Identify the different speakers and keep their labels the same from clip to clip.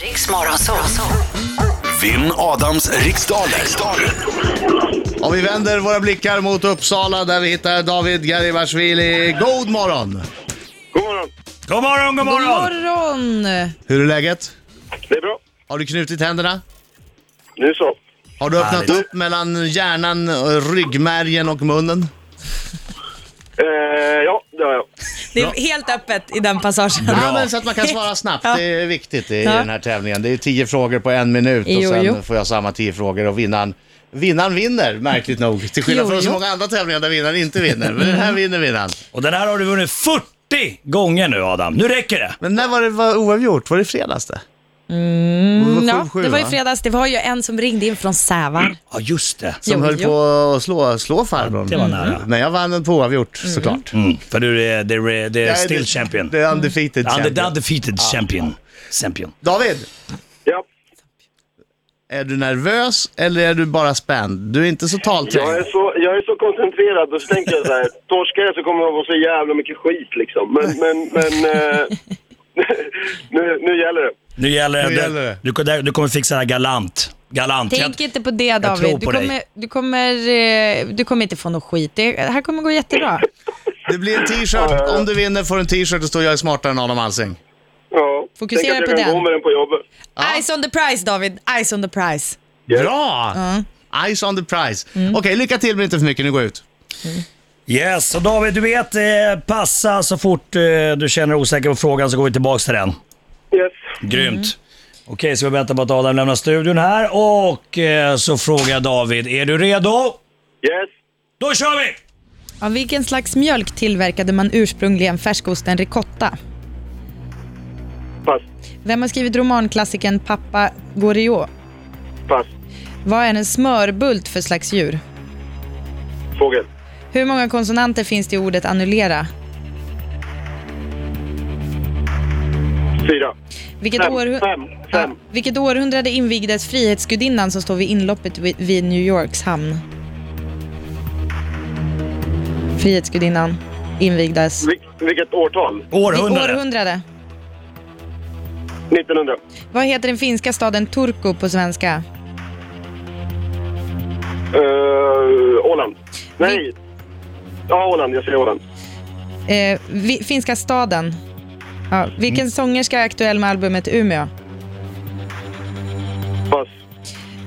Speaker 1: Riks Morgonzoo.
Speaker 2: Vinn Adams riksdaler.
Speaker 3: Och vi vänder våra blickar mot Uppsala där vi hittar David Garibashvili. God morgon!
Speaker 4: God morgon.
Speaker 5: God morgon, god
Speaker 6: God
Speaker 5: morgon!
Speaker 6: morgon!
Speaker 3: Hur är läget?
Speaker 4: Det är bra.
Speaker 3: Har du knutit händerna?
Speaker 4: Nu så.
Speaker 3: Har du öppnat
Speaker 5: Härligt.
Speaker 3: upp mellan hjärnan, ryggmärgen och munnen?
Speaker 4: Eh, ja, det har jag.
Speaker 6: Det är helt öppet i den passagen.
Speaker 3: Ja, men så att man kan svara snabbt.
Speaker 6: Ja.
Speaker 3: Det är viktigt i
Speaker 6: Ja.
Speaker 3: den här tävlingen. Det är tio frågor på en minut och
Speaker 6: Jo,
Speaker 3: sen
Speaker 6: jo.
Speaker 3: får jag samma tio frågor och vinnaren Vinnaren vinner, märkligt nog. Till skillnad
Speaker 6: Jo,
Speaker 3: från så
Speaker 6: jo.
Speaker 3: många andra tävlingar där vinnaren inte vinner. Men den här vinner vinnaren.
Speaker 5: Och den här har du vunnit 40 gånger nu Adam. Nu räcker det.
Speaker 3: Men när var det var oavgjort? Var det i fredags det?
Speaker 6: Mm,
Speaker 3: Det var
Speaker 6: ja,
Speaker 3: 7-7,
Speaker 6: det var ju
Speaker 3: va?
Speaker 6: fredags. Det var ju en som ringde in från Sävar.
Speaker 5: Ja, just det.
Speaker 3: Som
Speaker 6: Jo,
Speaker 3: höll
Speaker 6: jo.
Speaker 3: på att slå, slå farbrorn. Mm.
Speaker 5: det var nära.
Speaker 3: Men jag vann den på oavgjort såklart.
Speaker 5: Mm, för du är, det är, det är
Speaker 3: Jag är
Speaker 5: still
Speaker 3: det-
Speaker 5: champion. Mm.
Speaker 3: Det är undefeated
Speaker 5: Under,
Speaker 3: champion. Ah.
Speaker 5: the undefeated champion. champion.
Speaker 3: David,
Speaker 4: Ja,
Speaker 3: är du nervös eller är du bara spänd? Du är inte så
Speaker 4: jag, är
Speaker 3: talträngd.
Speaker 4: så, jag är så koncentrerad och så tänker jag så här. Torskar jag så kommer jag få så jävla mycket skit liksom. Men, men, men. Eh, nu, nu gäller det.
Speaker 5: Nu gäller det.
Speaker 3: Nu gäller det.
Speaker 5: Du, du, du kommer fixa det här galant. Galant.
Speaker 6: Tänk inte på det
Speaker 5: tror
Speaker 6: David. Du
Speaker 5: på dig.
Speaker 6: kommer, du, kommer, eh, du kommer inte få något skit. Det det här kommer gå jättebra.
Speaker 3: Det blir en t-shirt. Om du vinner får du en t-shirt och står jag är smartare än Adam Alsing.
Speaker 4: Ja.
Speaker 6: Fokusera
Speaker 4: Tänk att jag
Speaker 6: på
Speaker 4: kan
Speaker 6: den.
Speaker 4: gå med den på jobbet.
Speaker 6: Eyes on the prize David. Eyes on the prize.
Speaker 3: Bra! Eyes Mm. on the prize.
Speaker 5: Mm.
Speaker 3: Okej, lycka till men inte för mycket. Nu går jag ut.
Speaker 5: Yes, och David du vet, eh, passa så fort eh, du känner dig osäker på frågan så går vi tillbaks till den.
Speaker 4: Yes.
Speaker 5: Grymt. Okej, så vi väntar på att Adam lämnar studion här och eh, så frågar jag David, är du redo?
Speaker 4: Yes.
Speaker 5: Då kör vi!
Speaker 6: Av vilken slags mjölk tillverkade man ursprungligen färskosten ricotta?
Speaker 4: Pass.
Speaker 6: Vem har skrivit romanklassikern Pappa Goriot?
Speaker 4: Pass.
Speaker 6: Vad är en smörbult för slags djur?
Speaker 4: Fågel.
Speaker 6: Hur många konsonanter finns det i ordet annullera?
Speaker 4: Fyra.
Speaker 6: Vilket,
Speaker 4: Fem,
Speaker 6: århu-
Speaker 4: fem, fem.
Speaker 6: Ja, vilket århundrade invigdes Frihetsgudinnan som står vid inloppet vid, vid New Yorks hamn? Frihetsgudinnan invigdes.
Speaker 4: Vil, vilket årtal?
Speaker 6: I
Speaker 5: Århundrade.
Speaker 6: århundrade.
Speaker 4: 1900.
Speaker 6: Vad heter den finska staden Turku på svenska?
Speaker 4: Eh, Åland. Nej. Ja, Åland. Jag säger Åland.
Speaker 6: Eh, vi, finska staden. Ja, vilken sångerska är aktuell med albumet Umeå?
Speaker 4: Pass.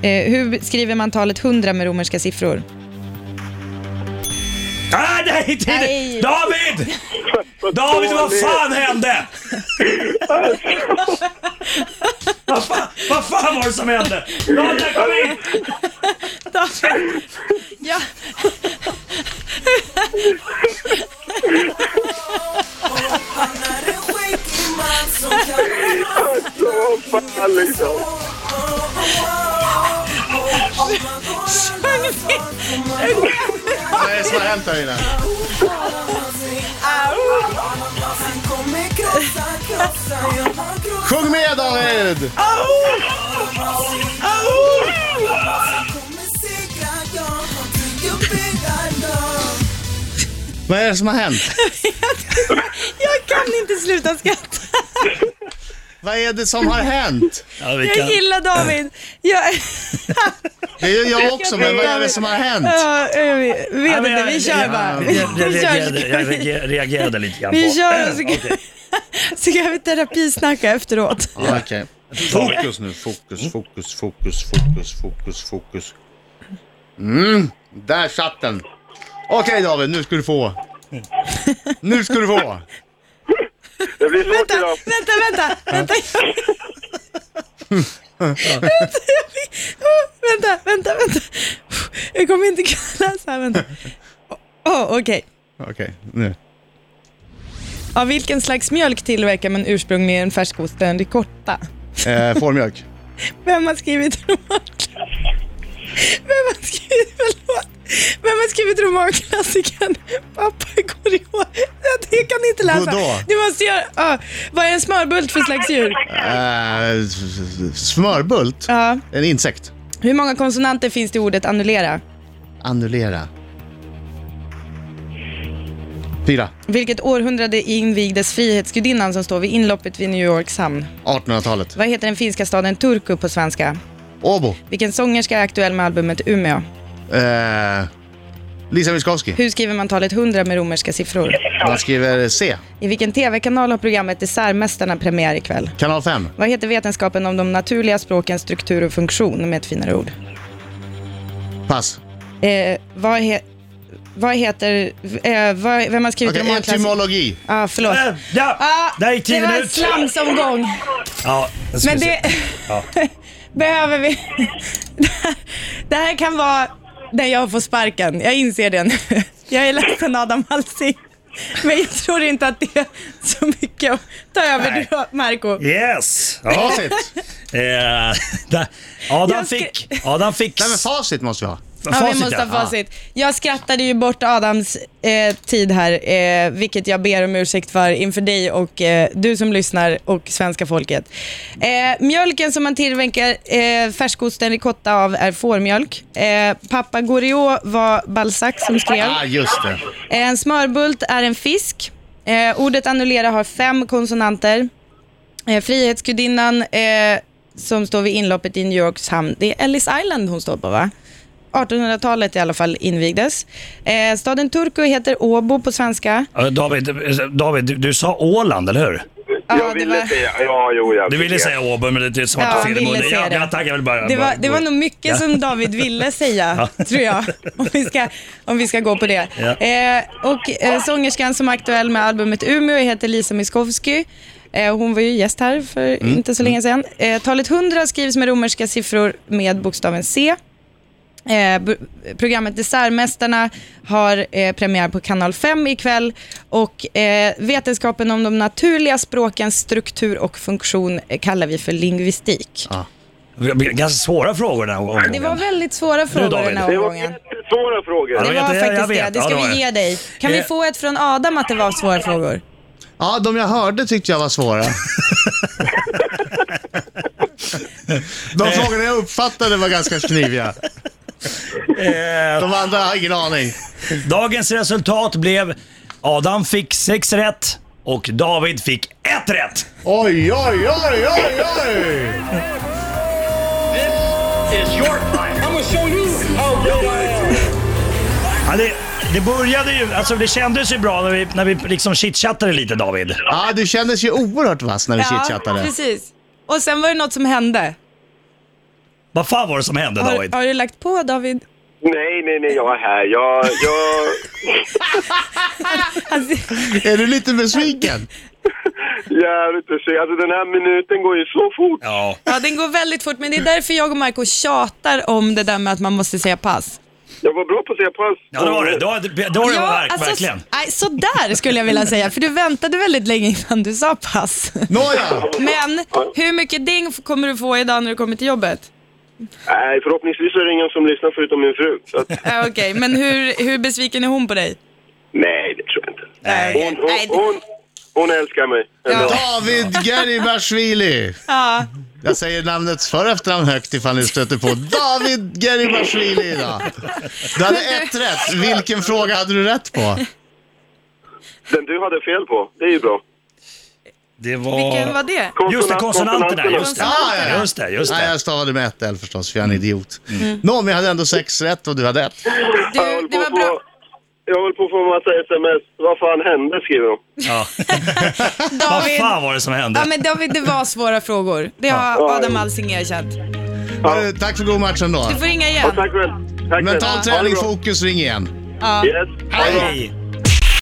Speaker 6: Eh, hur skriver man talet 100 med romerska siffror?
Speaker 5: Ah, nej, det,
Speaker 6: Nej.
Speaker 5: David! David, vad fan hände? vad, fan, vad fan var det som hände? David, kom in!
Speaker 6: David. Ja.
Speaker 4: Vad fan liksom.
Speaker 3: Vad är det som har hänt här inne? Sjung med David! Vad är det som har hänt?
Speaker 6: Jag kan inte sluta skratta.
Speaker 3: Vad är det som har hänt?
Speaker 5: Ja, vi
Speaker 6: Jag gillar David. Jag,
Speaker 3: Det är ju jag också, men vad är det som har hänt?
Speaker 6: Ja, jag vet
Speaker 5: Ja, men
Speaker 6: inte,
Speaker 5: jag-
Speaker 6: vi kör
Speaker 5: jag-
Speaker 6: bara.
Speaker 5: jag- jag- Jag
Speaker 6: Vi
Speaker 5: reagerade- jag
Speaker 6: kör,
Speaker 5: reagerade- reagerade lite grann
Speaker 6: vi
Speaker 5: på- Eh,
Speaker 6: kör och så, kan-
Speaker 5: Okej.
Speaker 6: så kan vi terapisnacka efteråt.
Speaker 3: Ja, okej.
Speaker 7: Fokus nu, fokus, fokus, fokus, fokus, fokus, fokus.
Speaker 3: Mm, Där satt den. Okej David, nu ska du få. Nu ska du få.
Speaker 4: Det blir svårt
Speaker 6: Vänta,
Speaker 4: idag.
Speaker 6: vänta, vänta, vänta. Vänta, vänta, vänta. Jag kommer inte kunna läsa här, vänta. Åh, okej.
Speaker 3: Okej, nu.
Speaker 6: Av vilken slags mjölk tillverkar man ursprungligen färskosten ricotta?
Speaker 3: Eh, Fårmjölk.
Speaker 6: Vem har skrivit romanklassikern? Vem har skrivit, förlåt, vem har skrivit romanklassikern Pappa går i år? Det kan ni inte läsa.
Speaker 3: Goddag.
Speaker 6: Du måste göra, ja. vad är en smörbult för slags djur?
Speaker 3: Eh, s- s- smörbult.
Speaker 6: Ja.
Speaker 3: En insekt.
Speaker 6: Hur många konsonanter finns det i ordet annullera?
Speaker 3: Annullera. Fyra.
Speaker 6: Vilket århundrade invigdes Frihetsgudinnan som står vid inloppet vid New Yorks hamn?
Speaker 3: 1800-talet.
Speaker 6: Vad heter den finska staden Turku på svenska?
Speaker 3: Åbo.
Speaker 6: Vilken sångerska är aktuell med albumet Umeå?
Speaker 3: Eh, Lisa Miskovsky.
Speaker 6: Hur skriver man talet 100 med romerska siffror?
Speaker 3: Man skriver C.
Speaker 6: I vilken tv-kanal har programmet Dessertmästarna premiär ikväll?
Speaker 3: Kanal 5.
Speaker 6: Vad heter vetenskapen om de naturliga språkens struktur och funktion med ett finare ord?
Speaker 3: Pass.
Speaker 6: Eh, vad, he- vad heter... Eh, vad, vem har skrivit
Speaker 3: Okej,
Speaker 6: romanklassiker-
Speaker 3: etymologi.
Speaker 6: Ah, förlåt.
Speaker 5: Äh, ja,
Speaker 6: Ah,
Speaker 5: där gick
Speaker 6: det
Speaker 5: tiden
Speaker 6: var en
Speaker 5: ut.
Speaker 6: slamsomgång.
Speaker 5: Ja, jag ska
Speaker 6: Men
Speaker 5: se.
Speaker 6: det behöver vi. Det här- Det här kan vara när jag får sparken. Jag inser det nu. Jag är ledsen Adam Alsing. Men jag tror inte att det är så mycket att ta över
Speaker 5: Nej.
Speaker 6: du Marco.
Speaker 5: Yes! Ja,
Speaker 3: Facit.
Speaker 5: eh, där- Adam
Speaker 6: Jag ska-
Speaker 5: fick. Adam fick.
Speaker 3: Nej men facit måste vi ha.
Speaker 6: Ja, vi måste ha facit. Jag skrattade ju bort Adams eh, tid här, eh, vilket jag ber om ursäkt för inför dig och eh, du som lyssnar och svenska folket. Eh, mjölken som man tillverkar eh, färskosten ricotta av är fårmjölk. Eh, Pappa Goriot var Balzac som skrev.
Speaker 3: ah, just det.
Speaker 6: Eh, en smörbult är en fisk. Eh, ordet annullera har fem konsonanter. Eh, frihetsgudinnan eh, som står vid inloppet i New Yorks hamn, det är Ellis Island hon står på va? 1800-talet i alla fall invigdes. Eh, staden Turku heter Åbo på svenska.
Speaker 5: Ja, David, eh, David du, du sa Åland, eller hur?
Speaker 4: jag
Speaker 6: Ja, det
Speaker 4: ville
Speaker 6: var-
Speaker 4: säga... Ja, jo, jag
Speaker 5: Du ville
Speaker 4: vet.
Speaker 5: säga Åbo, men det- det som
Speaker 6: Ja,
Speaker 5: var
Speaker 6: han
Speaker 5: fel i
Speaker 6: ville
Speaker 5: munnen.
Speaker 6: säga
Speaker 5: Ja,
Speaker 6: det.
Speaker 5: jag tackar väl bara.
Speaker 6: Det var, det var
Speaker 5: bara-
Speaker 6: nog mycket
Speaker 5: Ja.
Speaker 6: som David ville säga,
Speaker 5: Ja.
Speaker 6: tror jag. Om vi ska, om vi ska gå på det.
Speaker 5: Ja.
Speaker 6: Eh, och eh, sångerskan som är aktuell med albumet Umeå heter Lisa Miskovsky. Eh, hon var ju gäst här för
Speaker 5: Mm.
Speaker 6: inte så länge sedan. Eh, talet 100 skrivs med romerska siffror med bokstaven C. Eh, b- programmet Dessertmästarna har eh, premiär på Kanal 5 ikväll och eh, vetenskapen om de naturliga språkens struktur och funktion eh, kallar vi för lingvistik.
Speaker 5: Det var Ganska svåra frågor den här omgången.
Speaker 6: Det var väldigt svåra frågor
Speaker 5: David.
Speaker 6: den här
Speaker 4: Det var
Speaker 6: omgången.
Speaker 4: jättesvåra frågor.
Speaker 5: Ja,
Speaker 6: Det
Speaker 5: Jag
Speaker 6: var
Speaker 5: vet, jag
Speaker 6: faktiskt det.
Speaker 5: vet.
Speaker 6: Det ska
Speaker 5: Ja, det var
Speaker 6: vi ge
Speaker 5: det.
Speaker 6: dig. Kan vi
Speaker 5: Eh.
Speaker 6: få ett från Adam att det var svåra frågor?
Speaker 3: Ja, de jag hörde tyckte jag var svåra. De frågorna jag uppfattade var ganska kniviga. De andra har ingen aning.
Speaker 5: Dagens resultat blev Adam fick sex rätt och David fick ett rätt.
Speaker 3: Oj, oj, oj, oj, oj!
Speaker 5: Ja, det, det började ju, alltså det kändes ju bra när vi, när vi liksom chitchattade lite David.
Speaker 3: Ja, du kändes ju oerhört vass när vi chitchattade.
Speaker 6: precis. Och sen var det något som hände.
Speaker 5: Vad fan var det som hände
Speaker 6: Har,
Speaker 5: David?
Speaker 6: har du lagt på David?
Speaker 4: Nej, nej, nej, jag är här. Jag... jag...
Speaker 6: Alltså,
Speaker 3: Är du lite besviken?
Speaker 4: Jävligt ursäkta. Alltså den här minuten går ju så fort.
Speaker 5: Ja.
Speaker 6: ja, den går väldigt fort, men det är därför jag och Marco tjatar om det där med att man måste säga pass.
Speaker 4: Jag var bra på att säga pass.
Speaker 5: Ja det var det. Det var det, det, var det verk,
Speaker 6: alltså,
Speaker 5: verkligen.
Speaker 6: Nej, sådär skulle jag vilja säga, för du väntade väldigt länge innan du sa pass.
Speaker 3: Nåja,
Speaker 6: Men hur mycket ding kommer du få idag när du kommer till jobbet?
Speaker 4: Nej, förhoppningsvis är det ingen som lyssnar förutom min fru. Så att,
Speaker 6: Ja, Okej, men hur, hur besviken är hon på dig?
Speaker 4: nej, det tror jag inte.
Speaker 6: Nej.
Speaker 4: Hon, hon,
Speaker 6: Nej, det-
Speaker 4: hon, hon älskar mig.
Speaker 6: Ja.
Speaker 3: David Geribashvili.
Speaker 6: Ja.
Speaker 3: Jag säger namnets för och efternamn högt ifall ni stöter på David Geribashvili idag. Du hade ett rätt. Vilken fråga hade du rätt på?
Speaker 4: Den du hade fel på, det är ju bra.
Speaker 5: Det var...
Speaker 6: Vilken var det?
Speaker 5: Just det,
Speaker 4: Konsonant-
Speaker 5: konsonanterna. Just det.
Speaker 3: Ja, ja, ja.
Speaker 5: Just det, Mm. just
Speaker 3: Nej,
Speaker 5: det.
Speaker 3: jag stavade med ett L förstås, för jag är en idiot. Nå, men jag hade ändå sex rätt och du hade ett.
Speaker 4: Jag
Speaker 6: Du,
Speaker 4: höll
Speaker 6: det
Speaker 4: på
Speaker 6: var
Speaker 4: att få-
Speaker 6: bra.
Speaker 4: Jag höll på att få en massa sms. Vad fan hände, skriver de.
Speaker 5: Ja. Vad
Speaker 6: David.
Speaker 5: fan var det som hände?
Speaker 6: Ja, men David, det var svåra frågor. Det har Adam Alsing erkänt.
Speaker 3: Hörru, Eh, Tack för god match ändå.
Speaker 6: Du får ringa
Speaker 4: Ja,
Speaker 6: igen.
Speaker 4: tack väl. Tack väl.
Speaker 3: Mental
Speaker 4: Ha det
Speaker 3: träning,
Speaker 4: bra.
Speaker 3: fokus, ring igen.
Speaker 6: Ja.
Speaker 4: Yes. Ha det bra.
Speaker 5: Hej!